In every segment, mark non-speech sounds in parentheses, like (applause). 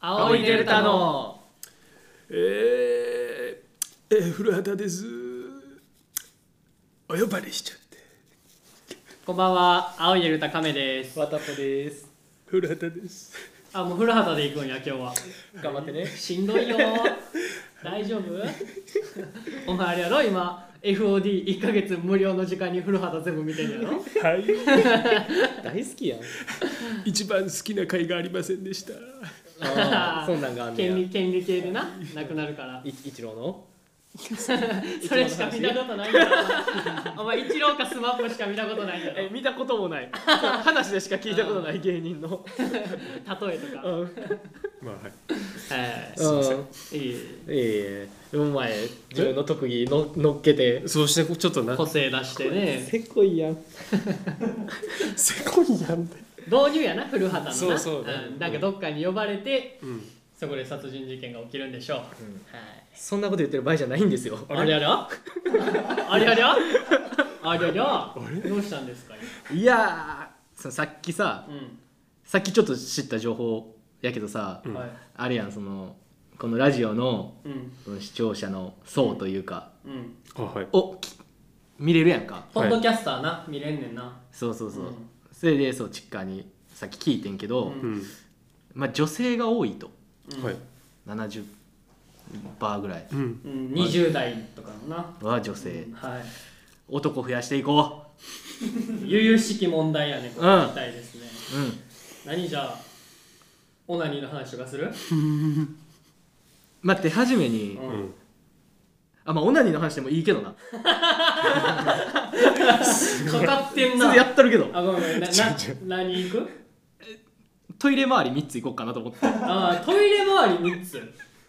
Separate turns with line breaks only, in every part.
青いデルタの
えー、えー、古畑です。お呼ばれしちゃって。
こんばんは青いデルタ亀です
わたぽです。
古畑です。
あもう古畑で行くんや今日は
頑張ってね。
しんどいよ
(laughs)
大丈夫 (laughs) お前あれやろ今 FOD1 ヶ月無料の時間に古畑全部見てんやろ
(laughs) はい。
大好きやん。
一番好きな回がありませんでした。
あーそんなんがあん
(laughs)
ね
権利
や。
権利系でななくなるから
い一郎の。
それしか見たことないから (laughs) お前イチローかスマップしか見たことないんだろ例え
見たこともない。話でしか聞
いたことない
芸人
(laughs)
の。
とか、
うん。うん。
まあはい。
え
すいません
えいい
ええでもお前自分の特技の乗っけて。
そうしてちょっとな
個。性出してね
せこいやん。
せこいやんって。
導入やな古畑のな、
そうそうん
なんかどっかに呼ばれて
うん。
そこで殺人事件が起きるんでしょう、はい
そんなこと言ってる場合じゃないんですよ。
あれありゃあれありゃあれありゃどうしたんですか
いやーそのさっきさ
今、うん
さっきちょっと知った情報やけどさ、
うん
はい
あれやんそのこのラジオの
うん
その視聴者の層というか、
うん
あはい。
をき見れるやんか。
ポッドキャスターな、見れんねんな
そうそうそう、
うん
それでそうチッカーにさっき聞いてんけど、
うん
うん。
まあ、女性が多いと
うん
はい。
70パーぐらい
うん。
うん、20代とかのな
は女性、
はい
男増やしていこ
悠々しき問題やねこれ
うん
みたいですね、
ううん
何じゃあオナニーの話とかする
待って初めに、
うん
うん。
あまあオナニーの話でもいいけどな
かかってん
そ
な
れやっとるけど
あごめんごめんなな何行く
トイレ周り3つ行こうかなと思って
あートイレ周り3つ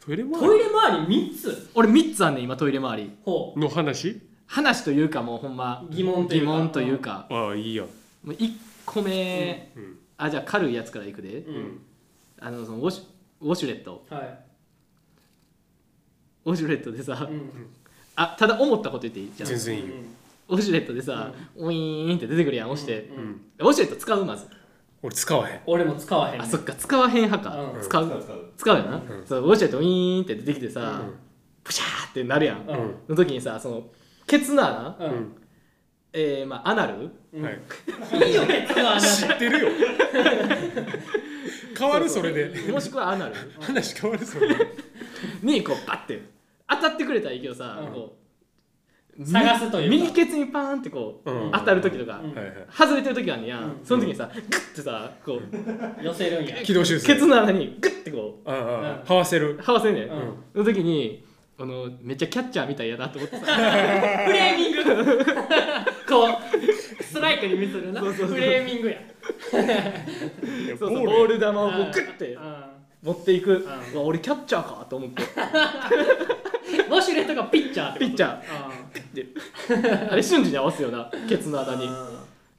トイレ
ト
前
イレ周り3つ
俺3つあんねん今トイレ周り
ほ
の話？
話というかもうほんま
疑問というか
疑問というか
ああいいや。
もう1個目、
うん。
あじゃあ軽いやつからいくで、
ううん
あのそのウォシュウォシュレット
はい
ウォシュレットでさ、
うん
あただ思ったこと言っていいじゃん
全然いいよ。
う
ウォシュレットでさ、ウィーンって出てくるやん押して、
ん
う
うん
ん。
ウォシュレット使うまず
俺使わへん。
俺も使わへんねん
あそっか使わへん派か、
うん
使う使うよな、
ん
そうウォシュレットウィーンって出てきてさ、
うん
プシャーってなるやん、
うん
うん。
の時にさそのケツの穴、
うん
えー、まあアナル
うん。はい。
いいよ別の穴
知って (laughs) るよ。変わるそれで。
もしくは
(laughs)
アナル
話変わるそれで。
にこうバッて当たってくれたらいいけどさ、
うん
こう
探すというか
右右ケツにパーンってこう、
うん
当たる時とか、
うん
はいはい。
外れてる時があんねや、
うん
その時にさグッてさこう
寄せるんや
軌道修正。
ケツの穴にグッてこ
あああ
う
あ、はわせる
う。はわせんねん、
うん
その時にあのめっちゃキャッチャーみたいやなと思ってさ
フレーミングこうストライクに見せるなフレーミングや
そう
ボ
そ
ー
う
ル
ボール球をこ
うん
うグッて
う
持っていく、
ん
うわ俺キャッチャーかと思って
んウォシュレットがピッチャーってこと
ピッチャーあれ瞬時に合わすよなケツの穴に
う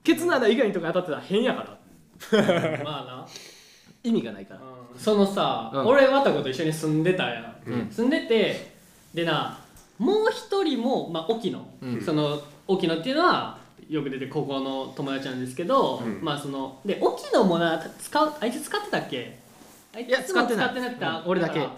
ケツの穴以外のとこに当たってたら変やから
んま
意味がないか
あ
ら
なうんそのさ
うん
俺わたこと一緒に住んでたやん
うん
住んでてでなもう一人も、まあ、沖野、
うん
その沖野っていうのはよく出てる高校の友達なんですけど、
うん
まあそので沖野もな使うあいつ使ってたっけあい
いや
つも
使ってない
使ってなくて、
うん俺だけ
から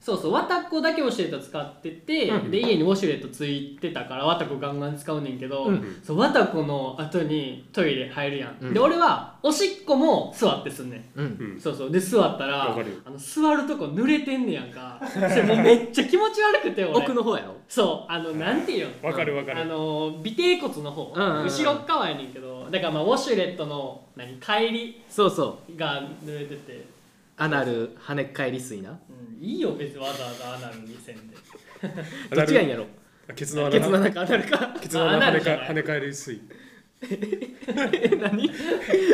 そうそうわたこだけ教えた使ってて、
うん
で家にウォシュレットついてたからわたこガンガン使うねんけど、
うん
そうわたこの後にトイレ入るやん、
うん
で俺はおしっこも座ってすんねん
うん、
うん。
そうそうで座ったら
わかるよ
あの座るとこ濡れてんねやんかそれもうめっちゃ気持ち悪くて俺
奥の方やろ
そうあのなんていうの
わかるわか
あ
る。
の尾てい骨の方、
うんうんうん
後ろっ側やねんけどだからまあウォシュレットの何帰り
そうそう
が濡れてて、
アナル跳ね返り水な
うん、いいよ別にわざわざアナルにせんで
どっちがいいんやろ
あケツの穴
ケツの中アナル (laughs) か
ケツの穴
あ穴
跳ね
じ
か
ゃない
跳ね返り水。
え何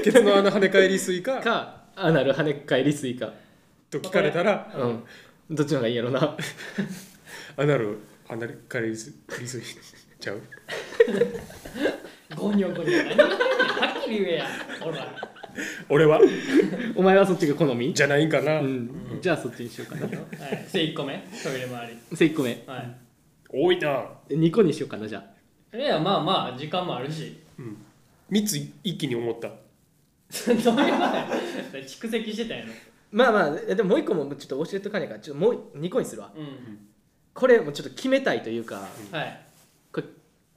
ケツの穴跳ね返り水か
かアナル跳ね返り水か
と聞かれたら、
うんどっちの方がいいんやろな
アナル跳ね返り水ちゃう。
ゴニョゴニョ何言ってんねんはっきり言えやほら
俺は
お前はそっちが好み
じゃないんかな
う。んじゃあそっちにしようかな
はい、それ1個目トイレ周り
それ1個目
はい
多いな。
2個にしようかなじゃあ
いやまあまあ時間もあるし (laughs)
うん。三つ一気に思った。
どういうことや蓄積してたんやろ
まあまあでももう一個もちょっと教えとかないからちょっともう2個にするわ
うん
これもうちょっと決めたいというか
はい
これ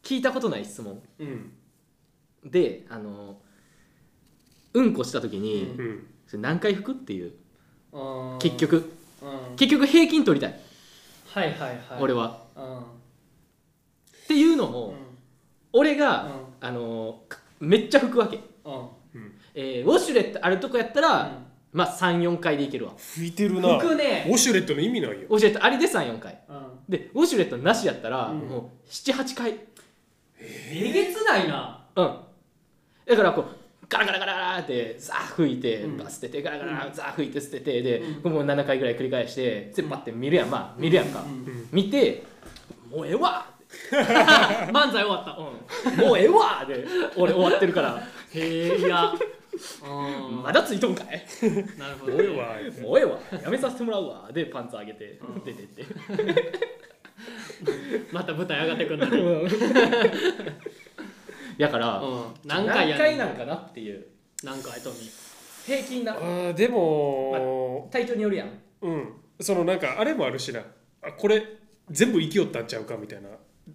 聞いたことない質問
うん
であのうんこした時に、
うん
うん
それ何回拭くっていう
うーん
結局
うん
結局平均取りたい、
はいはいはい
俺は
うん
っていうの
う
も、
ん
俺
う
が、
ん
あのかめっちゃ拭くわけ、
うん
うん
えーウォシュレットあるとこやったら、まあ34回でいけるわ
拭いてるな
うん
ウ
服ね
ォシュレットの意味ないよ
ウォシュレットありで34回
うん
でウォシュレットなしやったら、
うん
もう78回
えげつないな
うんだからこうガラガラガラガラってザー吹いて、
うん
バス捨ててガラガラ
う
ザー吹いて捨ててで、
うん
これもう7回ぐらい繰り返して全部パッて見るやんまあ見るやんか、
うん
うん
見てもうええわ
漫才終わった
もうええわで俺終わってるから
へえいや
まだついとんかい
なるほど
俺は
もうええわやめさせてもらうわでパンツ上げて
うん
出てって
また舞台上がってくんだね
やから
うん何
何
回や
回
ねん
なんかなっていう
何回トミー
平均な
あーでも
体調によるやん
うんそのなんかあれもあるしなあこれ全部生きよったんちゃうかみたいな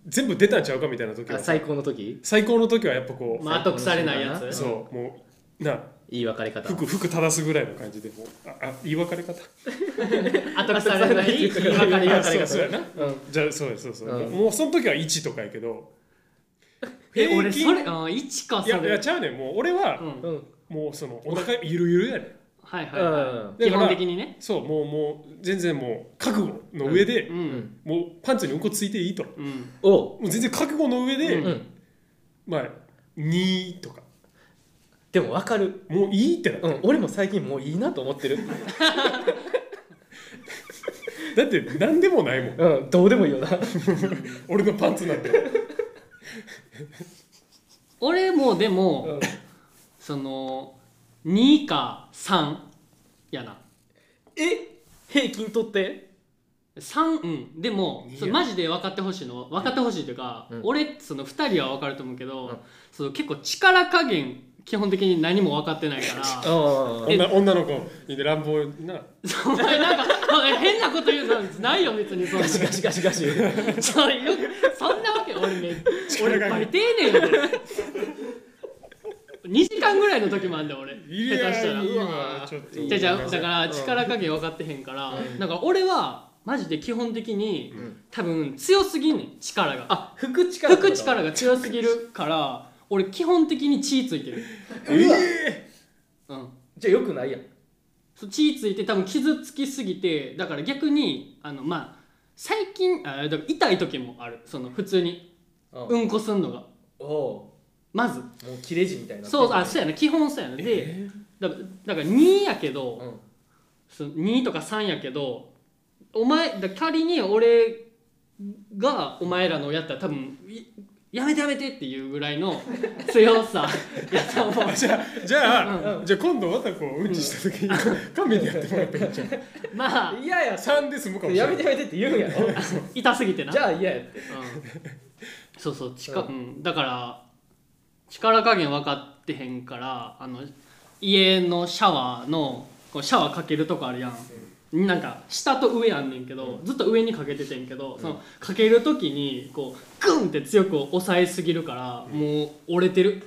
全部出たんちゃうかみたいな時
あ
は
最高の時
最高の時はやっぱこう、
まあ後腐れないやつ
そうもうな
言い別れ方
服服正すぐらいの感じでもうああ言い別れ方
後腐れない言い分かれ方
あそうそう
や
やな
うん
じゃあそうやそうそう、
うん
もうその時は1とかやけど
(laughs) え俺それ
い
うん一かそ
やい
れ
やちゃうねんもう俺は、
うん
うん
もうそのお腹ゆるゆるやねん
はいはいは
う
い
ん
基本的にね
そうもうもう全然もう覚悟の上で、
う
うんん
もうパンツにうんこついていいとも
うん
おう
う全然覚悟の上で、
う
うん
まあ2とか
でも分かる
もういいってなって
うん俺も最近もういいなと思ってる
だって何でもないもん
うんどうでもいいよな
俺のパンツなんて
俺もで
う
も
ん
その2か3やな
え平均取って
3うんでも
いいや
それマジで分かってほしいのは分かってほしいというか、
うん
俺その2人は分かると思うけど、
うん
その結構力加減基本的に何も分かってないから
うん
女女の子に乱暴な
(laughs) お前なんか変なこと言うのないよ別にそんな
ガシガシガシガシ
それよくそんなわけ俺ね俺バ
力加
リ
減
丁寧やで2時間ぐらいの時もあんだ俺
い
下手
や
したら
いいうわ
わ
ちょっと
じゃあじゃあだか
う
ら
ん
力加減分かってへんから、だから俺はマジで基本的に、多分強すぎんねん力が
あ吹く力
吹く力が強すぎるから俺基本的に血ついてる
う
う
わ
ん
じゃあよくないやん
そう血ついて多分傷つきすぎてだから逆にあのまあ最近あだから痛い時もあるその普通に
う
うんこすんのが
おおう
まず
もう切れ字みたいな
そうあそうやな基本そうやなで、だだから2やけど、
うん
その2とか3やけどお前だ仮に俺がお前らのやったら多分いやめてやめてっていうぐらいの強さやと思う
じゃあじゃあ、
う
じゃあ今度またこううんちした時に、勘弁でやってもらっていいじゃん
まあ
嫌やさ
3で済むかもしれ
や
な
め
い
てやめてって言うんやろ
痛すぎてな
じゃあ嫌やって
うんそうそう近、
う
うん、だから力加減分かってへんからあの家のシャワーのこうシャワーかけるとこあるやん、なんか下と上あんねんけど、ずっと上にかけててんけど、そのかける時にこうグンって強く押さえすぎるから、もう折れてる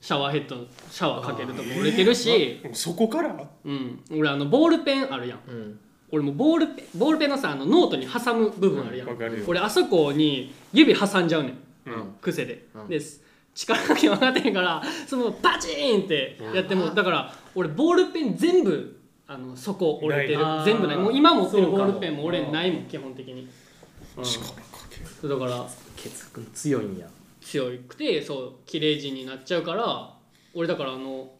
シャワーヘッドシャワーかけるとこ折れてるし、
もうそこから
うん、俺あのボールペンあるやん
うん
俺もボールペンボールペンのさあのノートに挟む部分あるやん、
わかるよ
俺あそこに指挟んじゃうねん
うん
癖で、
うん
です力加減分かってへんからそのバチーンってやっても、だから俺ボールペン全部あの底折れてる
ない
全部ないもう今持ってる
そう
ボ
かも
ールペンも俺ないもん基本的に、うん
力かける
そうだから
結局強いんや
強くてそう綺麗人になっちゃうから俺だからあの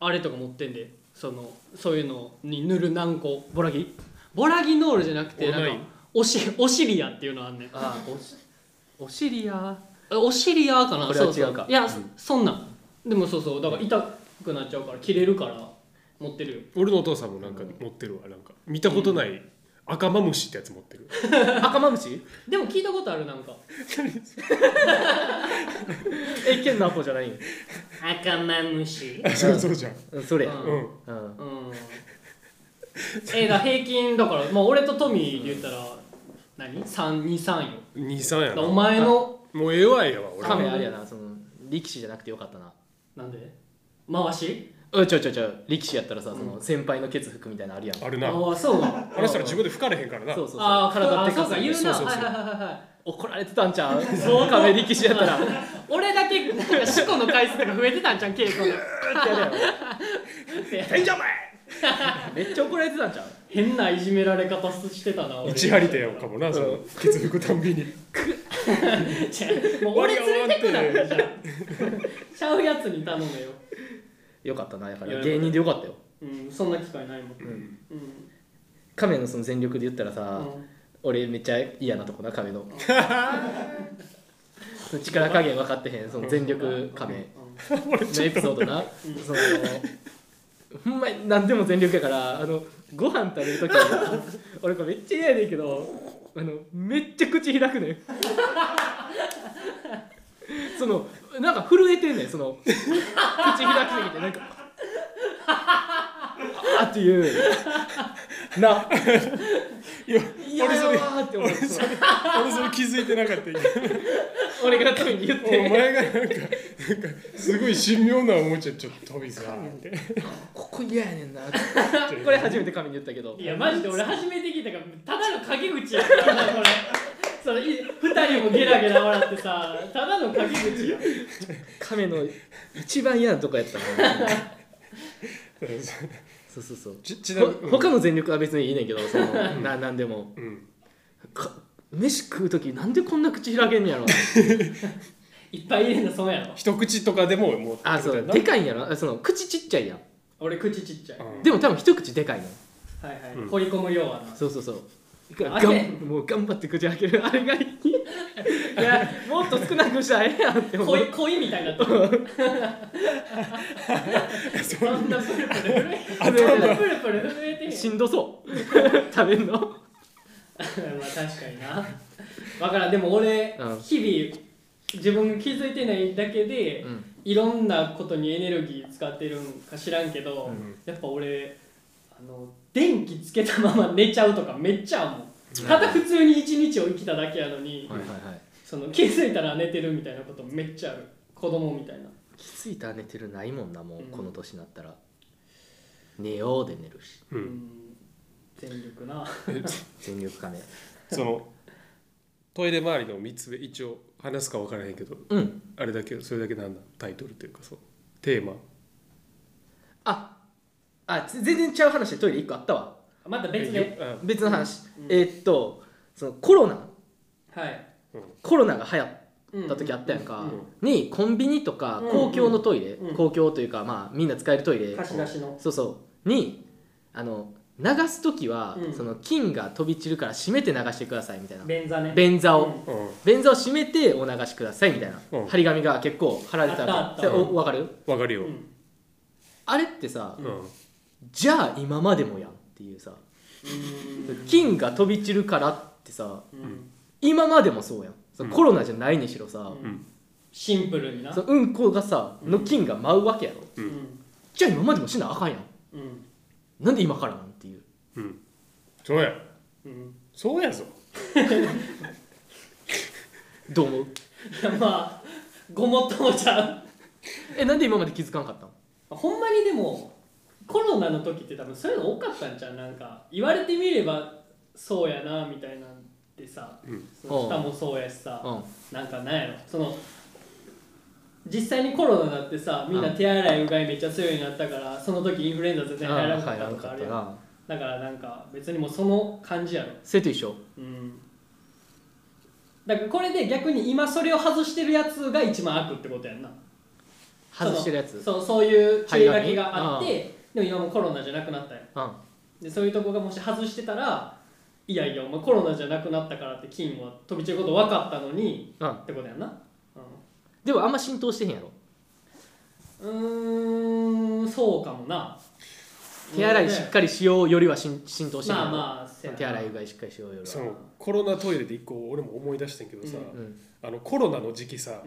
あれとか持ってんでそのそういうのに塗る軟膏ボラギボラギノールじゃなくて
オ
な
ナイ
ん
ン
かおしおしりやっていうのあんねん
あおしお尻や
えお尻やかな
これは
そうそう
違うか
いや、そんなんでもそうそうだから痛くなっちゃうから切れるから持ってるよ
俺のお父さんもなんか持ってるわなんか見たことない赤マムシってやつ持ってる
赤まぶし
でも聞いたことあるなんか
え剣のアポじゃないん
赤マムシ
あそうそうじゃん
うんそれや
うん
う
う
ん
んえだから平均だから、まあ、俺とトミーで言ったら何 ?323 よ
23
だ
や
か
な
らお前の
もうええわええわ俺
カメあれやなその力士じゃなくてよかったな
なんで回し
うんちょいちょいちょい力士やったらさその先輩のケツ拭くみたいなのあるやん、
ある
あ
な
あそうなの
あの人ら自分で吹かれへんからな
そうそうそう
ああ体
体
でか
でか
さ
さ
言うな
そうそうそう
はいはいはいはい
怒られてたんちゃうそうカメ力士やったら
俺だけなんか四股の回数とか増えてたんじゃん稽古の
天井前
めっちゃ怒られてたんちゃう
変ないじめられ方してたな俺
一張り手やんかもなそのケツ吹くたんびに
違うもう俺連れてくなよじゃあちゃうやつに頼めよ
よかったなだか
いや
ら芸人でよかったよ
うんそんな機会ないもんうんうん
カメのその全力で言ったらさ、
うん
俺めっちゃ嫌なとこなカメのその力加減分かってへんその全力カメのエピソードな、そのほんまに何でも全力やからあのご飯食べる時俺これめっちゃ嫌やねんけどあのめっちゃ口開くねんそのなんか震えてんねんその口開きすぎてなんかあっていうないや
俺それ
やわーって思う
俺それ気づいてなかった今
俺が多分言っ
お
て
前がなんかなんかすごい神妙な思いちゃうちょっとトミーさんって
ここ嫌やねんなってこれ初めて神に言ったけど
いやマジで俺初めて聞いたからただの陰口 (laughs) やったなこれそれい二人もゲラゲラ笑ってさただの陰口や
亀の一番嫌なとこやったなそうそうそう
ちちなみ
ほ
に
他の全力は別にいいねんけどそのななんでも
うん
か飯食う時なんでこんな口開けんねやろ
いっぱい入れんの損やろ
一口とかでももう
あそうでかいんやろあその口ちっちゃいやん
俺口ちっちゃい、
うん
でも多分一口でかいの
はいはい、
うん
掘り込む量はな
そうそうそうが
あれ
がんもう頑張って口開けるあれがいいいやもっと少なくしたらええやんって思
恋
う
恋 (laughs) みたいになってるそんなプルプル震えそんなプルプル震えてへん
しんどそう (laughs) 食べん
(laughs)
の
まあ確かになわからんでも俺、
うん
日々自分が気づいてないだけで、
うん
いろんなことにエネルギー使ってるんか知らんけど、
ん
やっぱ俺あの電気つけたまま寝ちゃうとかめっちゃあんもんただ普通に一日を生きただけやのに、
はいはいはい
その気づいたら寝てるみたいなことめっちゃある子供みたいな
気づいたら寝てるないもんなもう
うん
この年になったら寝ようで寝るし
う
うんん全力な
全力金
そのトイレ周りの3つ目一応話すか分からへんけど
うん
あれだけそれだけなんだタイトルというかそうテーマ
ああつ全然ちゃう話でトイレ1個あったわ
また別で
えあ
別の話、
うん
えーっとそのコロナ
はい
コロナが流行っ
うん
た時あったやんか、
うう
にコンビニとか
うん
公共のトイレ、
うん
公共というかまあみんな使えるトイレ
貸し出しの
そうそうにあの流す時は、
うん
その菌が飛び散るから閉めて流してくださいみたいな
便座ね
便座を、
うん
うん
便座を閉めてお流しくださいみたいな、
うん
張り紙が結構貼られてた
あったあ
わ
っ
け
た
それおわかる
分かるよ、
うん
あれってさ、
うん
じゃあ今までもやんっていうさ
うん
菌が飛び散るからってさ
うん
今までもそうやんその
うん
コロナじゃないにしろさ、
う
うんん
シンプルにな
そのうんこがさ
うん
の菌が舞うわけやろ
う
うん
じゃあ今までもしなあかんやん
うん
なんで今からなんっていう
うんそうや
うん
そうやぞ
ど
(laughs)
う思う
いやまあごもっともちゃう
えなんで今まで気づかんかったん
ほんまにでもコロナの時って多分そういうの多かったんじゃうなんか言われてみればそうやなみたいなんでさ、
うん
その下もそうやしさ、
うん
なんかなんやろその実際にコロナだってさみんな
うん
手洗いうがいめっちゃ強いようになったから、その時インフルエンザ全然流行らなかったとかあるやん、
な
だからなんか別にもうその感じやろ
それと一緒
うんだからこれで逆に今それを外してるやつが一番悪ってことやんな
外してるやつう
そうそういう注意書きがあってでも今もうコロナじゃなくなったよ
ん
でそういうとこがもし外してたらいやいやお前コロナじゃなくなったからって菌は飛び散ること分かったのに
うん
ってことやんな
でもあんま浸透してへんやろ
うんうーんそうかもな
手洗いしっかりしようよりは浸浸透してへんや
まあ
ろ、
まあせやな
手洗いうがいしっかりしようより
そ
は
のコロナトイレで一個俺も思い出してんけどさ、
う
うん
あのコロナの時
(laughs)
期さ、
ん
あ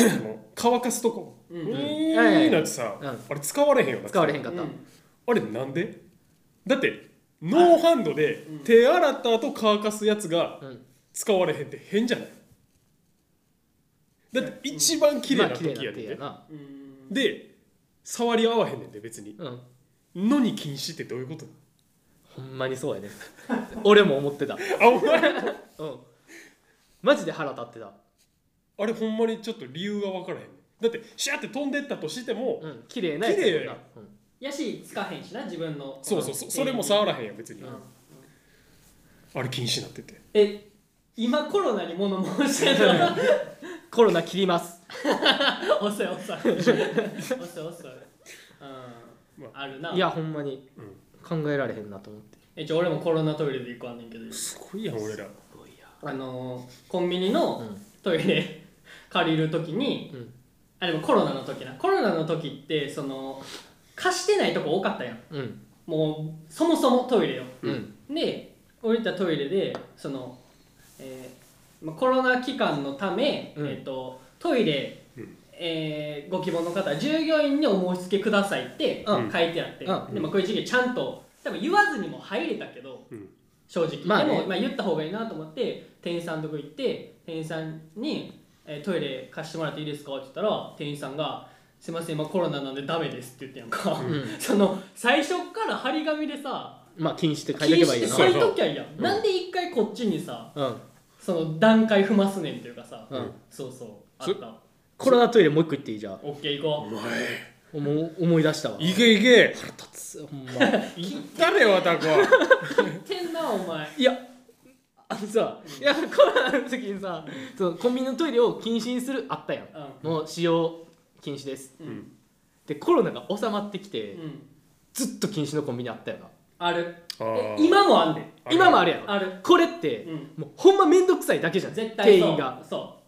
の乾かすとこ、
うん
う
うん
えーなってさ、
うん
あれ使われへんよな
使われへんかった、
うん
あれなんでだってノーハンドで手洗った後乾かすやつが
うん
使われへんって変じゃないだって一番綺麗な時
まあ
や
綺麗な
で、
手やな
うん
で触り合わへんねんで別に
うん
のに禁止ってどういうこと
ほんまにそうやね俺も思ってた
あお前
うんマジで腹立ってた
あれほんまにちょっと理由が分からへんねんだってシャーって飛んでったとしても、
うん綺麗なやつやもんな
綺
うん
やしつかへんしな自分の
そうそうそそれも触らへんやん別に、あれ禁止になってて
え今コロナに物申して
(laughs)
るの
コロナ切ります
遅い遅い遅い遅いうんあるない
やほんまに
うん
考えられへんなと思って
えちょ俺もコロナトイレで行くわんねんけど
すごいやん俺ら
あのーコンビニ
う
の
ん
トイレ (laughs) 借りるときに、
うん
あでもコロナの時なコロナの時ってその貸してないとこ多かったやん
うん
もうそもそもトイレよ
うん
で降りたトイレでその、えーまあ、コロナ期間のため、
うん
えー、とトイレ、
うん
えーご希望の方従業員にお申し付けくださいって書
うん
いてあって、
うん
でもこういう時期ちゃんと多分言わずにも入れたけど、
うん
正直、
まあね
でも、まあ、言った方がいいなと思って店員さんのとこ行って店員さんに、えートイレ貸してもらっていいですか?」って言ったら店員さんが「すいません今コロナなんでダメです」って言ってやんか、
うん
(laughs) その最初から張り紙でさ
まあ禁止って書い
禁止っ
とけばいい
て
よ
さ
な
れときゃいいやん、
うん
なんで一回こっちにさ
うん
その段階踏ますねんというかさ、
うん
そうそうあ
そ
った
コロナトイレもう一個行っていいじゃん
オッケー行
お
こ
前
思う思い出したわ
いけいけ
腹立つほんま
行ったれよタコ
うてんなお前
いやあのさいやコロナの時にさそのコンビニのトイレを禁止にするあったやん
うん
もう使用禁止です
うん
でコロナが収まってきて、
うん
ずっと禁止のコンビニあったよな
ある
あ
え
ー
今もあんねん
あ
今もあるやん
ある
これって、
う
もうほんまめんどくさいだけじゃん
絶対そう
店員が
そ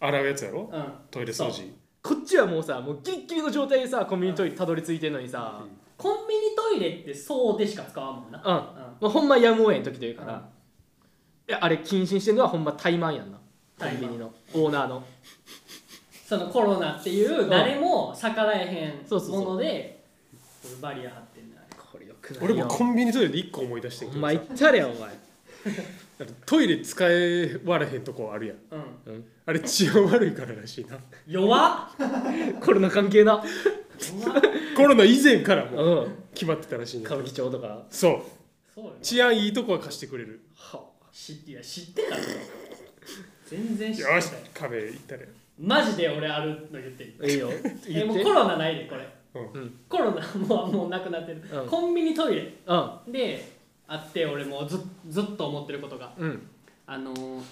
洗うやつやろ
ううん
トイレ掃除
こっちはもうさもうギリギリの状態でさコンビニトイレたどり着いてんのにさ、
うん
コンビニトイレってそうでしか使わんもんな
うん
うん
まあ、ほんまやむをえん時というか
う
ら、
ん
いやあれ禁止してんのはほんま怠慢やんなコ
怠慢
ンビニのオーナーの
そのコロナっていう誰も逆らえへん
そうそうそう
ものでバリア張ってんねんあれ
これよくないよ
俺もコンビニトイレで1個思い出してん
お
けど
前言ったれやお前
トイレ使えわれへんとこあるやん
うん
あれ治安悪いかららしいな
弱っ
コロナ関係な
弱っ
コロナ以前からもう
うん
決まってたらしいねん
歌舞伎町とか
そう
そうよ
治安いいとこは貸してくれる
は
知っていや知ってたよ全然知ってた
よ
よ
し壁行ったれ
マジで俺あるの言っていい
あいいよ
え
言っ
も
て
うコロナないでこれ、
うん
うん
コロナ (laughs) もうもうなくなってる、
うん
コンビニトイレ
うん
であって俺もうずずっと思ってることが
うん
あのー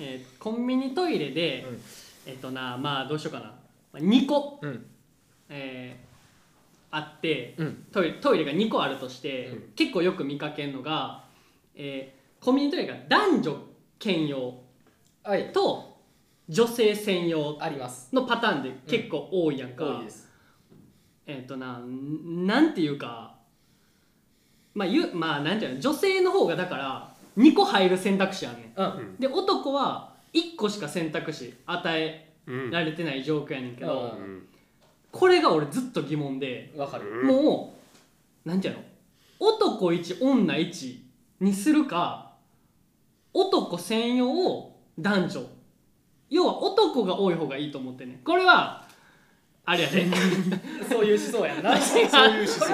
えーコンビニトイレで、
うん
えっ、となまあどうしようかな2個、
うん
えーあって
うん
トイレトイレが2個あるとして、
うん
結構よく見かけるのが、えーコンビニトイレが男女兼用
はい
と女性専用
あります
のパターンで結構多いやんか、
多いです
えっ、となんなんていうかまあゆまあなんていうの女性の方がだから2個入る選択肢あんね
うんん
んで男は1個しか選択肢与え
うん
られてない状況やねんけど、
う
これが俺ずっと疑問で、
わかる
うん
もうなんていうの男1女1にするか男専用を男女要は男が多い方がいいと思ってんねんこれはあれやで違う
(laughs) そういう思想やん
違
な
う違う
そ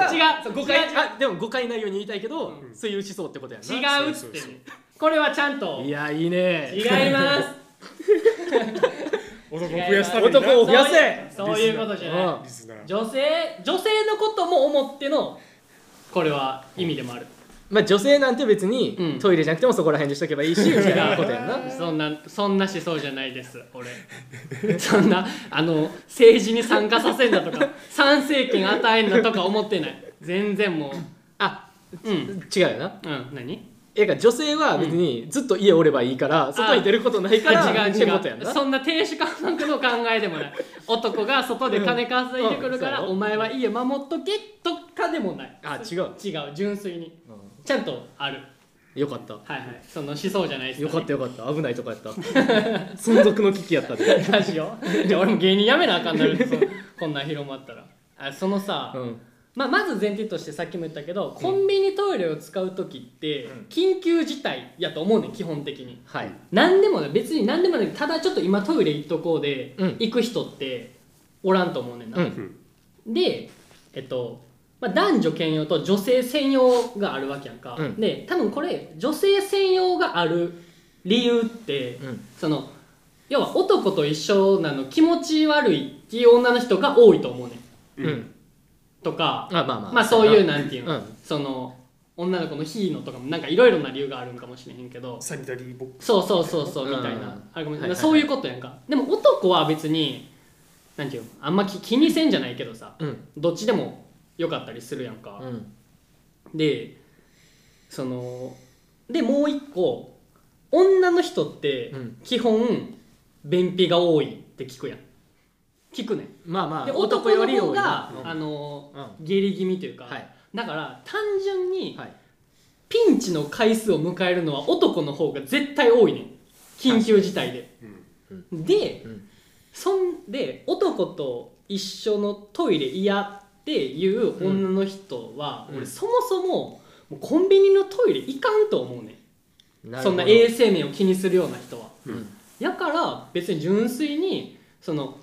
う誤解あでも誤解ないように言いたいけど、
うん
そういう思想ってことやんな
違うっつってんねんこれはちゃんと違
い
い
やいいね
ます
男増やすためにな
男を増やせ
そういうことじゃない
リスナー
女性女性のことも思ってのこれは意味でもある
まあ女性なんて別に、
うん
トイレじゃなくてもそこら辺でしとけばいいしみたいなことやんな
そんなそんな思想じゃないです俺 (laughs) そんなあの政治に参加させんだとか参政権与えんだとか思ってない全然もう
あ
うん
違うよな
うん何
えだから女性は別にずっと家おればいいから、外に出ることないから
違う
ってことや
違
ん
う
な
そんな亭主観測の考えでもない男が外で金稼いでくるから、
うんうんそう
お前は家守っとけとかでもない
あ違う、
違う純粋にちゃんとある
よかった
はいはいその思想じゃないです
よかったたよかった危ないとこやった存続の危機やっ
(laughs)
たで、
ラジオじゃあ俺も芸人やめなあかんなるってそのこんなん広まったらあそのさ、
うん、
まあ、まず前提としてさっきも言ったけどコンビニトイレを使う時って
うん
緊急事態やと思うねん基本的に
はい
何でもね別に何でもないただちょっと今トイレ行っとこうで
うん
行く人っておらんと思うねんな、
うん
でえっと、まあ、男女兼用と女性専用があるわけやんか、
うん
で多分これ女性専用がある理由って、
うん
その要は男と一緒なの気持ち悪いっていう女の人が多いと思うねん
うん、
とか
あまあまあ
まあそういうなんていう
う
の、
ん
その女の子の非のとかもなんかいろいろな理由があるんかもしれへんけど
サニタリーボック
そうそうそうそうみたいな、
うん
あれごめん
はいはいはい
そういうことやんかでも男は別になんていうのあんまき気にせんじゃないけどさ
うん
どっちでもよかったりするやんか、
うん
でそのでもう一個女の人って
うん
基本便秘が多いって聞くやん聞くねん
まあまあ
で男より
多
方
い
が
な、うん
あの
うん
下痢気味というか、
はい
だから単純に
はい
ピンチの回数を迎えるのは男の方が絶対多いねん緊急事態で、で、
うん
そんで男と一緒のトイレ嫌っていう女の人は、
うんう
俺
ん
そもそももうコンビニのトイレ行かんと思うねん
るほど
そんな衛生面を気にするような人は
うん
やから別に純粋にその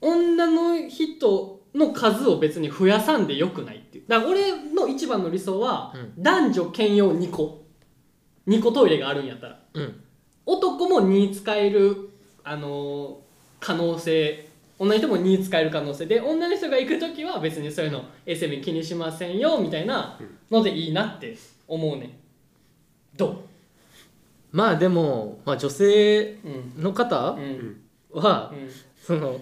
女の人の数を別に増やさんでよくないっていうだから俺の一番の理想は、
う
男女兼用2個2個トイレがあるんやったら
うん
男も2使える、あのー可能性女の人も2使える可能性で女の人が行く時は別にそういうの衛生面気にしませんよみたいなのでいいなって思うねど
まあでも、まあ、女性
ううん
の方
うん
ん
は、
うん
その、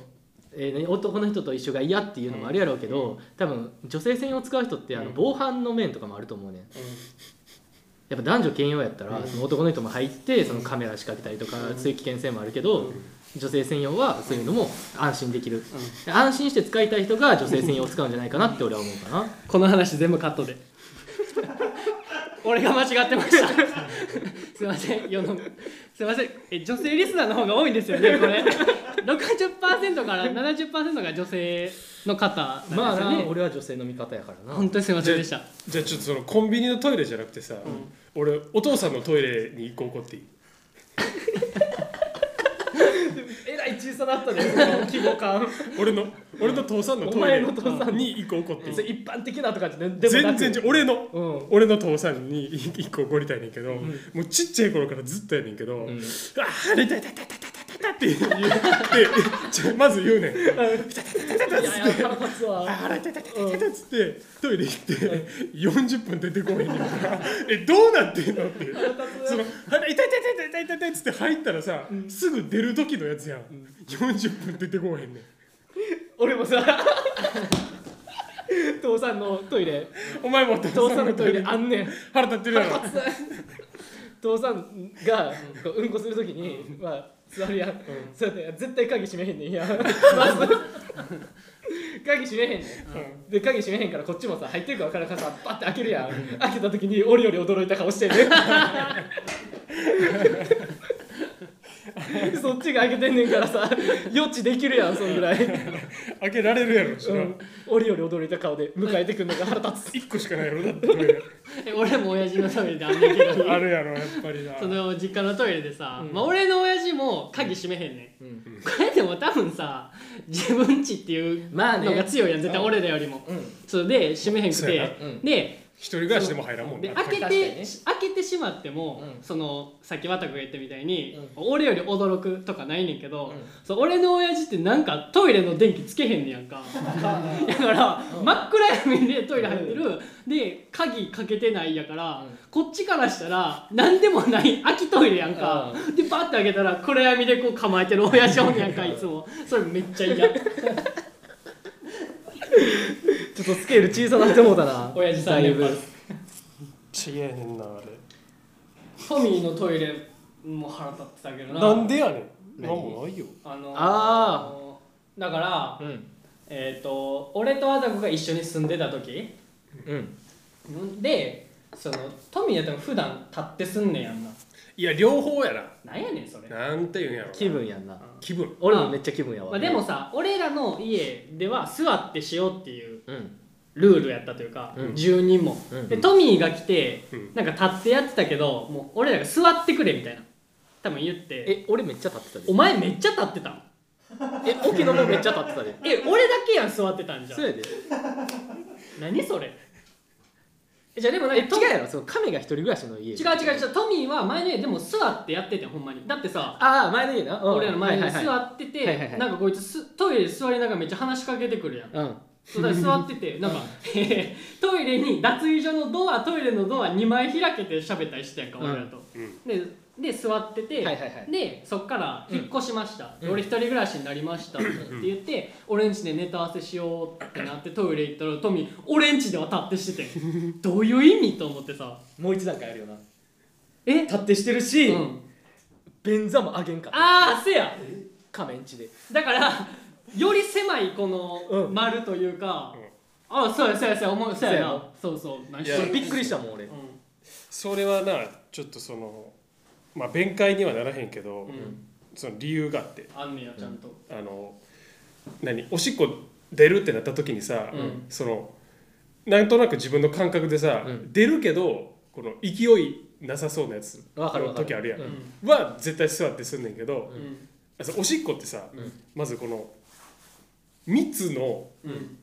えー何男の人と一緒が嫌っていうのもあるやろうけど、多分女性専用使う人ってあの
うん
防犯の面とかもあると思うねんやっぱ男女兼用やったら、その男の人も入ってそのカメラ仕掛けたりとか、
うん
そういう危険性もあるけど、
うん
女性専用はそういうのも安心できる、安心して使いたい人が女性専用を使うんじゃないかなって俺は思う (laughs) かな
この話全部カットで俺が間違ってましたすいません世のすいませんえ女性リスナーの方が多いんですよねこれ60%から70%が女性の方
ま
な
あ
んですよ
な、
ね、
俺は女性の味方やからな
本当にすいませんでした
じゃあちょっとそのコンビニのトイレじゃなくてさ、俺お父さんのトイレに行こうこっていい
えらい小さなったねその規模感
俺の俺の父さんのト
お
イ
前
レ
の父さん
に行こうこっていい、
それ一般的なとかじゃねでもなく
全然違う俺の
うん
俺の父さんに一個怒りたいねんけど、もうちっちゃい頃からずっとやねんけど、
ん
ああれ痛い痛い痛い痛い痛い痛いって言うってちょまず言うねん
いやいや腹立つわ
あら痛い痛い痛い痛い痛いっつってトイレ行って40分出てこへんねんからえどうなってんのってそのあ痛い痛い痛い痛い痛い痛いっつって入ったらさすぐ出る時のやつやん40分出てこへんねん
俺もさ父さんのトイレ
お前も父
父さんのトイレあんねん
腹立ってるやろ
父さんがこううんこするときに、まあ、座るやん、そうやって絶対鍵閉めへんねんいやまず鍵閉めへんねん、で鍵閉めへんからこっちもさ入ってるか分からんからさバッて開けるやん開けたときに俺より驚いた顔してんねん (laughs) そっちが開けてんねんからさ予知できるやんそんぐらい、
開けられるやろそうら
ん、俺より驚いた顔で迎えてくんのが腹立つ
1個しかないやろだってトイレ
(laughs) え俺も親父のトイレであんねんけど
あるやろやっぱりな
その実家のトイレでさ、まあ、俺の親父も鍵閉めへんねん、
うん
これでも多分さ自分ちっていう
まあね
のが強いやん絶対俺らよりも、
うん
そうで閉めへんく
そうや
て、
なうん
で
一人暮らしでも入らんもん
で
な
開け
確かに
て、
ね
開けてしまっても、
うん
そのさっき綿子が言ったみたいに、
うん
俺より驚くとかないねんけど、
うん
そう俺の親父ってなんかトイレの電気つけへんねやん
(laughs)
かだから、真っ暗闇でトイレ入ってる、で鍵かけてないやから、
うん
こっちからしたら何でもない空きトイレやんか、でバッて開けたら暗闇でこう構えてる親父おんねやんかいつもそれめっちゃ
(laughs)
嫌
ちょっとスケール小さなって思うたな
親父さん
だ
や
い
っぱ
ぶ
ちげえねんなあれ
トミーのトイレも腹立ってたけどな
なんでやねん
何
なんもないよ
あの
あ
だから、
うん
えー、と俺とあたこが一緒に住んでた時
うん
でそのトミーやったら普段立ってすんねやんない
や両方やな
なんやねんそれ、ま
なんて言うんやろな
気分やんな
気分
俺もめっちゃ気分やわ、
あ、でもさ俺らの家では座ってしようっていう
うん
ルールやったというか、
うん
住人も、
うん
でトミーが来て、
うん
なんか立ってやってたけどもう俺らが座ってくれみたいな多分言って
え俺めっちゃ立ってた
お前めっちゃ立ってたん
でえ沖野もめっちゃ立ってたで
え俺だけやん座ってたんじゃん
そうやで
何それえじゃあでもなん
え
かトミー
違うやろその亀が一人暮らしの家
違う違う違うトミーは前の家でも座ってやっててほんまにだってさ
ああ前の家な、うん
俺らの前に
はいはい
座
はい
ってて、
はいはいはい
なんかこいつすトイレで座りながらめっちゃ話しかけてくるやん
うん
そうだから座っててなんかトイレに脱衣所のドアトイレのドア2枚開けて喋ったりしてたやんか
うん
俺らと、
うん
でで座ってて、
はいはいはい
でそっから引っ越しました、
うん
俺一人暮らしになりましたって言って、俺んちでネタ合わせしようってなってトイレ行ったらトミー俺んちでは立ってしてて
(laughs)
どういう意味と思ってさ
もう一段階あるよな
え
立ってしてるし、
うん、
便座もあげんかった
ああせや
亀んちで
だからより狭いこの
うん
丸というか、
うん
ああそうやそうやそうや思うそうや
そうや
なそうそう何し
いや
て
俺
る
びっくりしたもん俺、
うん
それはなちょっとそのまあ弁解にはならへんけど、
うん
その理由があって
あんねやちゃんと、
あの何おしっこ出るってなった時にさ、
うん
そのなんとなく自分の感覚でさ、
うん
出るけどこの勢いなさそうなやつ
わかるわ
の
かる
時あるやん
う
は絶対座ってすんねんけど
う、ん
あそうおしっこってさ、
ん
まずこの蜜の
うん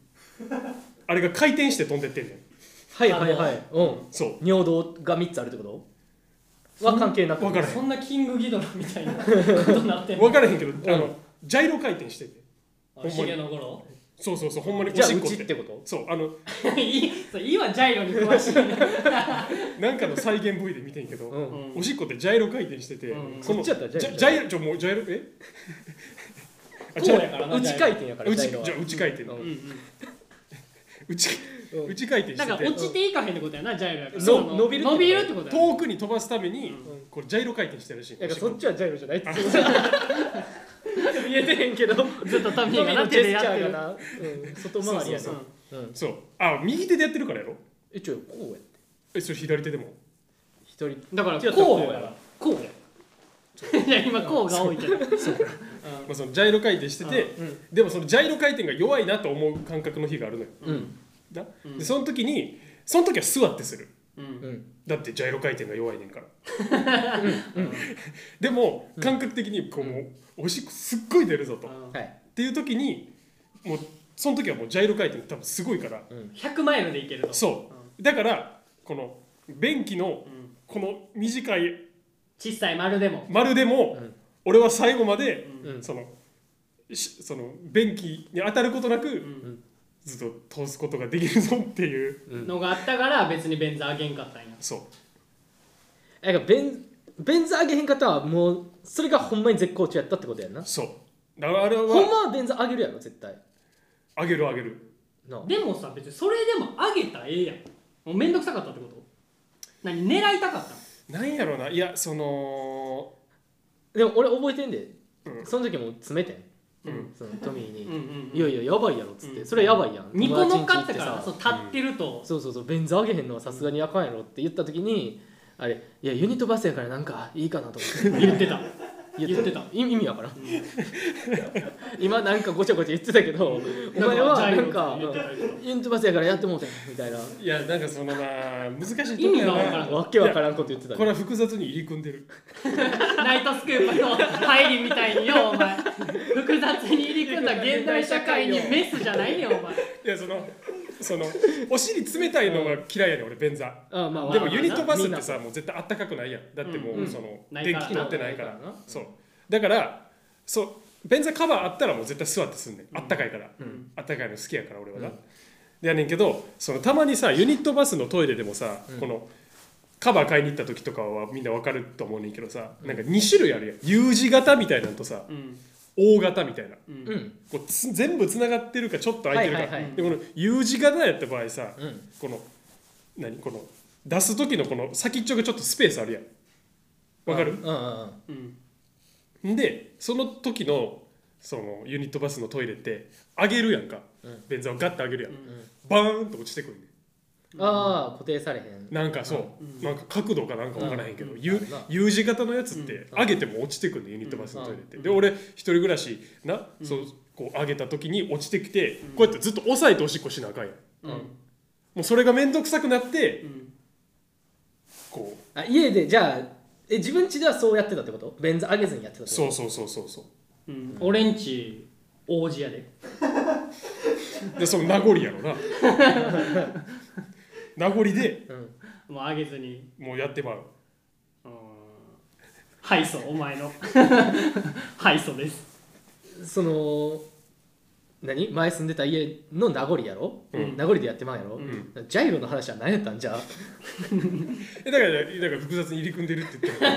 あれが回転して飛んでってんねん
はいはいはいうん
そう
尿道が3つあるってことは関係なく
わからへん
そんなキングギドラみたいなことになってん
分
の
からへんけど、あのジャイロ回転してて
あシゲの頃 (laughs)
そうそうそうほんまにお
じゃあ
し
う
っこっ
ち
て
ってこと
そうあの
いいそういいわジャイロに詳しいね、
なんかの再現 V で見てんけど、
うん、
う
お
ん、
しっこってジャイロ回転してて、
うん
その
こっちやったらジャ
ジ
イロ
ャジャイロちょもうジャイロ
(laughs)
え
こ
あ
う
ジャイ
やからな
内回転やから
うち
ジャイロは
じゃあ内回転
うん
うんうん
内
うん
内回転
だから落
してて
ちていかへんってことやなジャイロやから
の
その
伸びるってこと
伸びるってことやな
遠くに飛ばすために、これジャイロ回転してるらしい
だから
おしっ
そ
こ
っちはジャイロじゃないって見えてへんけど
ずっとタミ
ト
ーが
ミー
な
のジ
手
ェ
でや
スチ
っ
ャ
て
ー
る
がな、うん、外回りや
そう
な
そう
うん
そうあ右手でやってるからやろ
えちょこうやって
えそれ左手でも
一人
うんだから
違う
こう
こう
や
や
ら
ら
こうや (laughs) いや今こうが多いけど
まあ、そのジャイロ回転してて、
うん
でもそのジャイロ回転が弱いなと思う感覚の日があるのよ
うん
な
うん
でその時にその時は座ってする
うん
うん
だってジャイロ回転が弱いねんから
うん
でも感覚的にこう、もうおしっこすっごい出るぞと、っ
はい
ていう時にもうその時はもうジャイロ回転多分すごいから、
100マイルでいけると
そううだからこの便器の
ん
この短い
小さい丸でも
丸でも、
ん
俺は最後まで、
うん
そのしその便器に当たることなく、
ん
ずっと通すことができるぞっていう
のがあったから別に便座あげんかったんや
そう
だからベンベンザ上げへんかったはもうそれがほんまに絶好調やったってことやんな
そうだからあれ
ほん
は
まはベンザ上げるやろ絶対
あげるあげる
なあ
でもさ別にそれでもあげたらええやんもうめんどくさかったってこと何狙いたかったの
なんやろうないやその
でも俺覚えてんで、
うん
その時もう詰めてん、
うん
そのトミーに、
うんうんうん
いやいややばいやろっつって、
うん
それやばいやん
2個乗っかってか
友達ん
ら
ち
そう
行っ
立
て
ってると
さそうそうそうベンザ上げへんのはさすがにあかんやろって言った時にあれいやユニットバスやからなんかいいかなと思って
言ってた言ってた
意意味わからん (laughs) 今なんかごちゃごちゃ言ってたけど、お前はなんか
ジャイロって言ってたけど
うんユニットバスやからやってもうてんみたいない
やなんかそのな難しいとこ
意味がわか
やな
らん
わけわからんこと言ってた
こ
ね
れは複雑に入り組んでる
ナイトスクープの入りみたいによお (laughs) 前複雑に入り組んだ現代社会にメスじゃないよお前
いやそのそのお尻冷たいのが嫌いやねん俺便座
あまあまあ
でもユニットバスっ
みんな
てさもう絶対あったかくないやんだっても
うん
うその
ないか
電
ら
気
な
になってないから
ないからな
そうだからそう便座カバーあったらもう絶対座ってすんねんあったかいから
ん
あったかいの好きやから俺はなでやねんけどそのたまにさユニットバスのトイレでもさこのカバー買いに行った時とかはみんなわかると思うねんけどさなんか2種類あるやん U 字型みたいなんとさ
うん、
O 型みたいな
う、
うんん
こうつ全部つながってるかちょっと空いてるか、
はいはいはい
でこの U 字型やった場合さ、
うん
この何この出す時のこの先っちょがちょっとスペースあるやんわかる
うんうんうん
うん、
んでその時のそのユニットバスのトイレって上げるやんか、
うん
便座をガッて上げるやん、
うん
バーンと落ちてくるねん
ああ固定されへん
なんかそう、
うん
なんか角度かなんかわからへんけど、
うん
あ
U,
るな
U 字型のやつっ
う
て
ん
上げても落ちてくるねんユニットバスのトイレって、
うん
で俺一人暮らしな、
うん
そうこう上げた時に落ちてきて
うん
こうやってずっと押さえておしっこしなあかんやん
うん
もうそれが面倒くさくなって
うん
こう
あ家でじゃあえ自分家ではそうやってたってこと便座上げずにやってたってこと
そうそうそうそうそ
うん俺んち王子やで
うでその名残やろ
(laughs)
な名残で
うん、
もうあげずに
もうやってまう
うん敗訴お前の (laughs) 敗訴です
その何前住んでた家の名残やろ、
うん
名残でやってまうやろ、
ん
ジャイロの話は何やったん
(laughs)
じゃあ
えだからだから複雑に入り組んでるって言ってる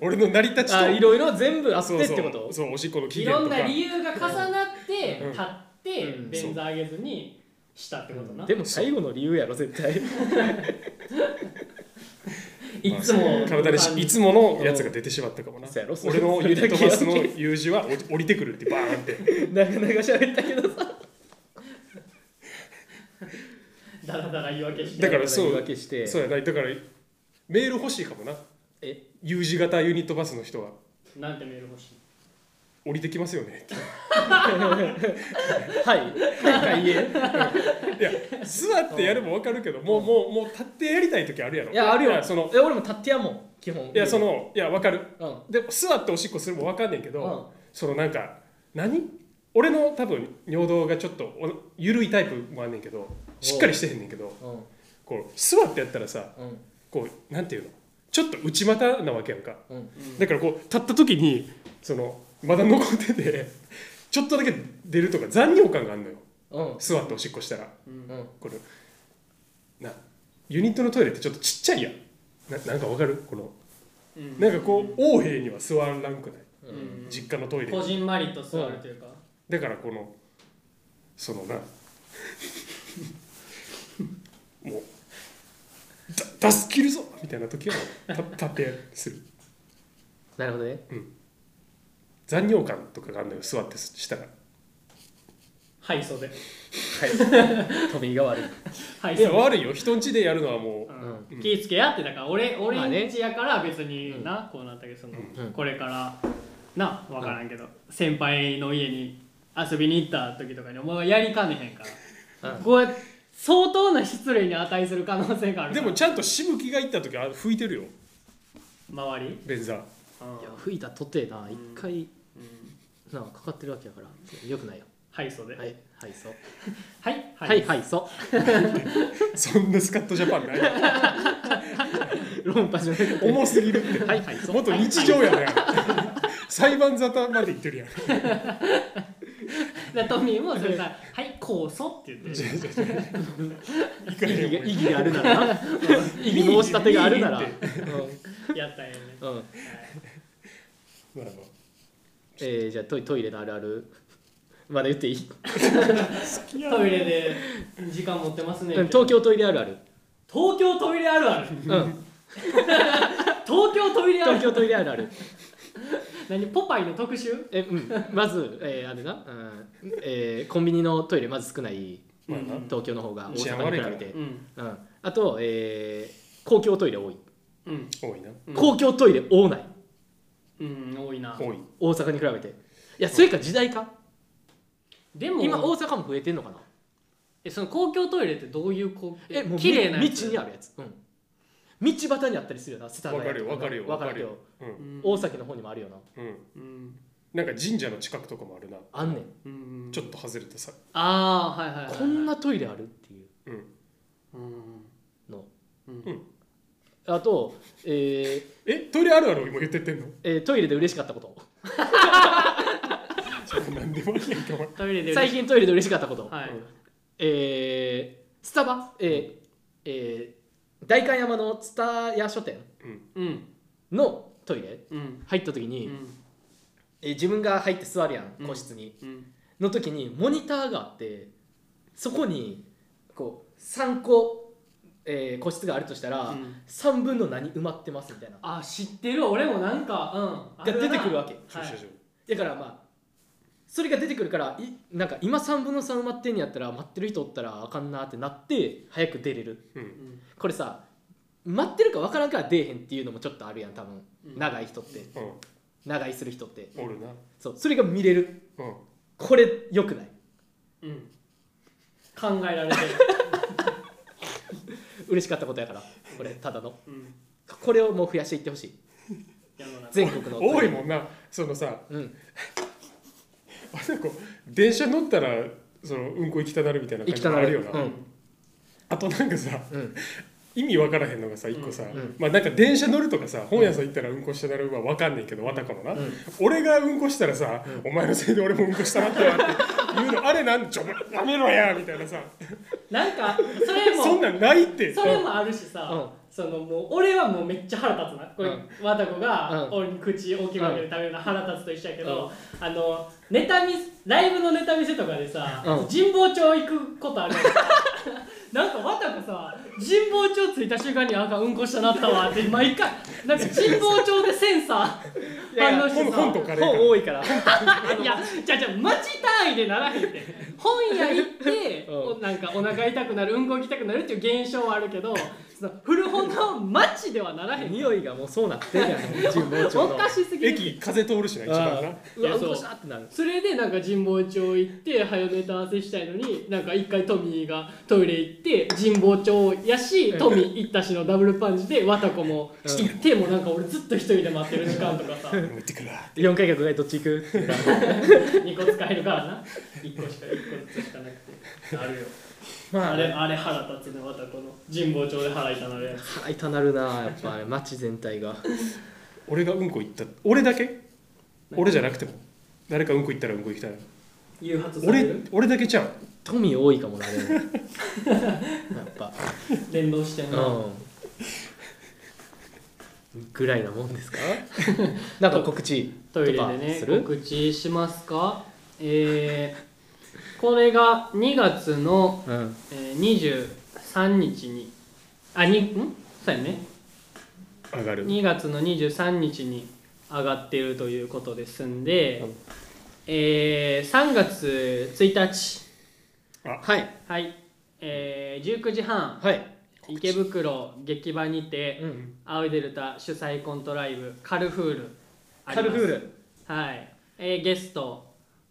俺の成り立ちと
あいろいろ全部あって
そ
っ
う
て
そう
こと
そうおしっこの起
い
源
ろ
と
ん
か
な理由が重なって
うん
立って
うん
便座あげずにしたってことな、
でも最後の理由やろ絶対
(laughs) いつも
体にしいつものやつが出てしまったかもな
そうやろ
俺のゆで
それだけや
飛ばすの U 字はお降りてくるってバ
(laughs)
ーンって
(laughs) 長々喋ったけどさ
だらだら言い訳して
だからそう
言い訳して
そうやなだからメール欲しいかもな
え
U 字型ユニットバスの人は
なんてメール欲しい
降りてきます
(laughs)
よねって
はいはいはい言え
いや座ってやるも分かるけどもうもうもう立ってやりたい時あるやろ
いやあるよ
やその
え俺も立ってやもん基本
いやそのいや分かる
うん
でも座っておしっこするも分かんねんけど、
うん
そのなんか何俺の多分尿道がちょっとお緩いタイプもあんねんけどしっかりしてへんねんけど
うん
こう座ってやったらさ
うん
こうなんていうのちょっと内股なわけやんか
うん
だからこう立った時にそのまだ残ってて (laughs) ちょっとだけ出るとか残尿感があるのよ
うん
座っておしっこしたら
うん
うん
これなユニットのトイレってちょっとちっちゃいやんななんかわかるこの
うん
なんかこう横兵には座らんくない
うん
実家のトイレ
こじんまりと座るというか、
だからこのそのな (laughs) もうだ出す切るぞみたいな時はた立ってやるする
なるほどね
残尿感とかがあるのよ座ってしたら
敗訴で
(laughs) トミーが悪い
敗訴
い
で
や悪いよ人ん家でやるのはも
う
うん
ん、気ぃつけやってだから俺俺
まあね
んちやから別にな、こうなったけどその、
うん
これからな分からんけど、先輩の家に遊びに行った時とかにお前はやりかねへんから、
うん
こうやって相当な失礼に値する可能性があ
う
る
で
から
もちゃんとしぶきがいった時は拭いてるよ
周り、
便座
うん
いや吹いたとてな一回
うん
なかかってるわけやからよくないよ
敗訴では
はいいはいそう
はい
はいはいそ
そんなスカットジャパンない
う論破じゃなくて
重すぎるって
はいはいそう
もっと日常やね裁判沙汰まで行ってるやん
でトミーもそれさ「はい控訴」って言って
違
意
う違う違ういかへ
義が
んもん
意義があるならな意義申し立てがあるな
(laughs)
ら
いい
やったんやね
うん、うん
まあま
えー、じゃあトイトイレのあるあるまだ言っていい
トイレで時間持ってますね
うん東京トイレあるある
東京トイレあるある
うん
(laughs) 東京トイレあ
東
る
京トイレあるある
何ポパイの特集
え、うん、まず、えー、あれな、うんえーコンビニのトイレまず少ない
あまあな
東京の方が大
治安
阪
悪
に
い
比
から
べて、
うん
うん、あと、えー公共トイレ多い、
うん
多いな
うん
公共トイレ多ない
うん多いな
多い
大阪に比べていやそれか時代か
でも
今大阪も増えてんのかな
えその公共トイレってどういうこ
えもう
綺麗なやつ
道にあるやつ、うん、道端にあったりするよなスタ
わかるよわかるよ
わかるよ
うん
うん
大崎の方にもあるよな
うん
うん
なんか神社の近くとかもあるな
あんねん
うん
ちょっと外れたさ
ああはいはいはいはい
こんなトイレあるっていう
うん
の
うん
あと、えー
えトイレあるある今言ってってんの
えートイレで嬉しかったこと
ちょっと何でもありやんけお前
トイレで
最
近
近トイレで嬉しかったこと、
はい
えースタバえーえー代官山の蔦屋書店
うん
のトイレ
うん
入った時
う
に、
ん
えー自分が入って座るやん
うん
個室に、
うん
の時にモニターがあってそこにこう3個、えー個室があるとしたら、
うん
3分の何埋まってますみたいな
あ知ってる俺もなんかうんあ
が
な
出てくるわけ
駐
はい
車場
だからまあそれが出てくるからいなんか今3分の3埋まってんやったら待ってる人おったらあかんなってなって早く出れる
う
うんん
これさ待ってるか分からんから出えへんっていうのもちょっとあるやん多分
うん
長い人って長居する人って
うんおるな
そうそれが見れる
うん
これよくない
うん考えられてる、
嬉しかったことやからこれただの
うん、
これをもう増やしていってほしい
世の中
全国の
多いもんなそのさ
うん
あれこう電車乗ったらそのうんこ行きたなるみたいな
生
感
き
じ
た
も
な
あるよ
る
な、
うん
あとなんかさ
うん
意味わからへんのがさ一個さ、
ん
まあなんか電車乗るとかさ本屋さん行ったらうんこしたなるはわかんねんけどわたかもな、
ん
俺がうんこしたらさ、お前のせいで俺もうんこしたなったわって言うのあれなんちょやめろやみたいなさ
なんかそれも
そんなんないって
それもあるしさ、
うん
そのもう俺はもうめっちゃ腹立つなこれ、
うん
わたこが
うん
俺に口大きく開けるための腹立つと一緒やけど、あのネタ見せライブのネタ見せとかでさ、
うん
神保町行くことあるやんか (laughs) なんかわたこさ神保町着いた瞬間にあかんうんこしたなったわって毎回なんか神保町でセンサー
いやいや
反応して
本
さ
本とかレーから
本多いから
いやじゃあじゃあ町単位でならへんって本屋行って、
う
おなんかお腹痛くなるうんこ行きたくなるっていう現象はあるけどその古本の町ではならへん
匂いがもうそうなってるやん神保町
お
の
かしすぎる
駅風通るしな一番な
あーうわ
いや
う
そう
こしたってなる
それでなんか神保町行って早ネタ合わせしたいのになんか一回トミーがトイレ行って神保町やしトミー行ったしのダブルパンチでわたこも行ってもなんか俺ずっと一人で待ってる時間とかさ
行ってくるわ
4回客がどっち行くっていうか
2個使えるからな1個しか1個ずつしかなくてあるよ
ま
あ
あ
れ
ね
あれ腹立つねまたこの神保町で腹痛なるやつ
腹痛なるなやっぱ街全体が
俺がうんこ行った俺だけ俺じゃなくても誰かうんこ行ったらうんこ行きたい
誘発され
俺
る
俺だけじゃん
富多いかもなでもやっぱ
連動してんな、
うんぐらいなもんですかなんか告知と
トイレ
か
でね
する、
告知しますかえー、これが2月の、
うん
えー、23日にあにんそうやね
上がる
2月の23日に上がっているということですんで、
うん
えー、3月1日
はい
はい、えー、19時半
はい
池袋劇場にて、
うん
アウデルタ主催コントライブカルフールあり
カ
ます
ルフール
はい、えーゲスト、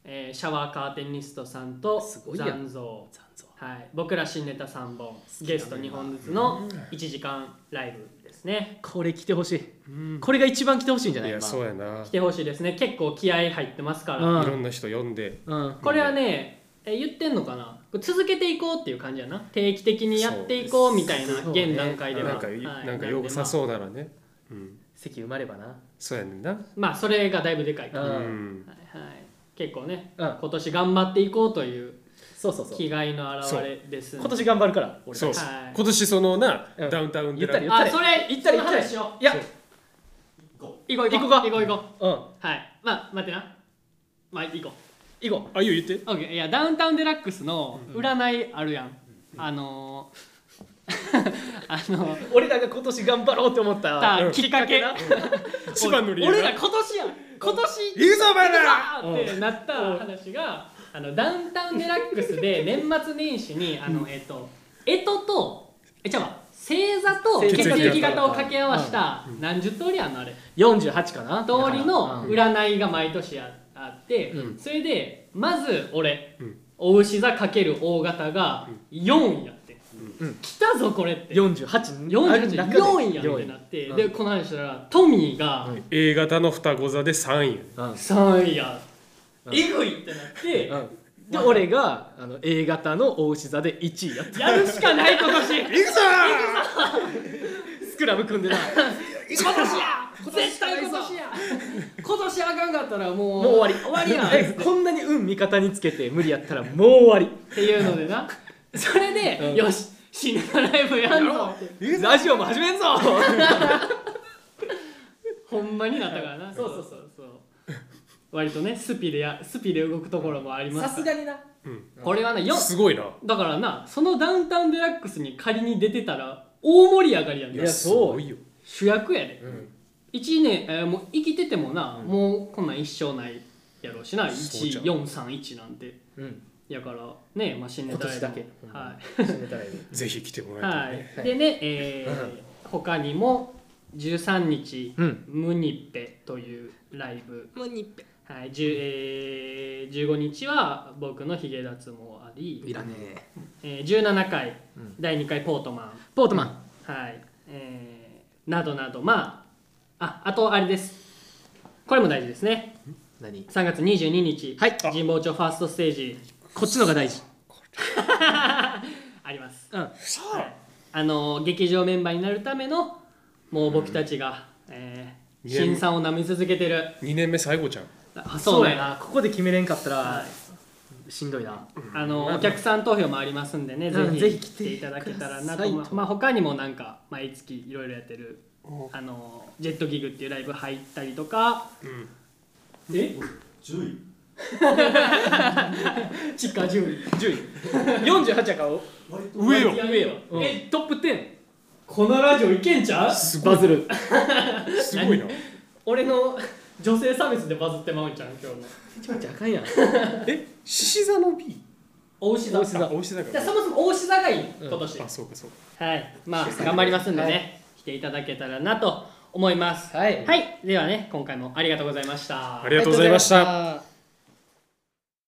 えーシャワーカーテニストさんと
すごいやん
残像はい、僕ら新ネタ3本ゲスト2本ずつの1時間ライブですね
これ来てほしい、これが一番来てほしいんじゃ
い
ない
や
今
そうやな
来てほしいですね結構気合入ってますから、
うん
いろんな人呼んで
うん
これはねえー言ってんのかなこれ続けていこうっていう感じやな定期的にやっていこうみたいな
そうです
現段階では
なんかい
はい
なんかようさそうならねうん
席埋まればな
そうやねんな
まあそれがだいぶでかいかな、
うん
うん
はいはい、結構ね、
うん
今年頑張っていこうという
そうそうそう
気概の表れですんで
今年頑張るから俺
そう
はい
今年そのな
うん
ダウンタウン
言ったり
で
言
あそれ
行ったり
その
行ったり
話しよ
いや
そう
う行こう行こう行
行こうか
こう行こ
うん
うはいまあ待ってなまあ行こ
行こ
あいいよ言って
う OK いやダウンタウンデラックスの占いあるやん、あのー、 (laughs) あの
う俺らが今年頑張ろうって思った
た
(laughs) うん
きっかけ
な
一番の理由
俺ら今年やん今年
いいぞお前ら
あーってなった話があのダウンタウンデラックスで年末年始にあのえっと干支とえちゃうわ星座と
星
血
座
液型を掛け合わせた何十通りあんのあれ
48かな
通りの
うん
占いが毎年ああって、
う
それでまず俺、
うん
お牛座×大型が4位やって、
うん
来たぞこれって
48
48 4位やんってな
っ
って、
うん
でこの話したらトミーが
うん
A 型の双子座で3位
3位や、
うん
えぐいってなって、
うん、で俺があの A 型の大牛座で1位やった
やる
(laughs)
しかない今年今
いくぞ
(laughs) スクラム組んでな
年や絶対今年や今年あかんかったらもう
もう終わり
終わりやん
えこんなに運味方につけて無理やったらもう終わり
っていうのでなそれで、
うん
よし死ぬライブやんぞって
ラジオも始めんぞ
ほんまになったからな。そうそうそうそう。割とねスピでやスピで動くところもあります。
がにな
これはねよ
すごいな
だからなそのダウンタウンデラックスに仮に出てたら大盛り上がりやん
い
な
や
すごいよ
主役やで。
ん
一年、えーもう生きててもな、もうこんなん一生ないやろうしな
そうじゃん
1431なんて
うん
やからねマシンネタや
今年だけ
はい。
始めたらいい
ぜひ来てもらいたい
はい、でね、えー、他にも13日、
うん
ムニッペというライブ、
もう日
はい、じゅえー15日は僕のヒゲ脱毛あり、
らねえ
えー17回、
うん
第2回ポートマ
ポートマン
ン、はいえーなどなどまあああとあれですこれも大事ですね
何
3月22日、
はい
神保町ファーストステージ
こっちのが大事
(laughs) あります、
うん
はいあの劇場メンバーになるためのもう僕たちが、えー、
いや
辛酸を舐め続けてる
2年目最後ちゃん
あ
そうや
ね
なここで決めれんかったら
は
しんどいな
あのお客さん投票もありますんでね、
うん
ぜ
ぜ
ひ来
ひ来
て
て
い
い
た
た
だ
だ
け
け
た
た
ら
ら
なと
なと
思い
思い
ま。
ますす
まあ他にもなんか毎月いろいろやってるあのジェットギグっていうライブ入ったりとか、
え
10位
チッカー10
10位48やから
割と
上よ
上よ
うん
えトップ10
このラジオいけんちゃう？
すご
バ
い
ズる
すごいな
俺の (laughs) 女性差別でバズってまうんちゃう今日の。
ちょっとあかんやん
え獅子座の B
大牛座。
大
じ
牛座
あお牛座
ゃ
か
あそもそも大牛座がいい今年。
あそうかそうか
はい、まあ頑張りますんでね、来ていただけたらなと思います。
はい
はい、ではね今回もありがとうございました。
ありがとうございました
ありがとうございました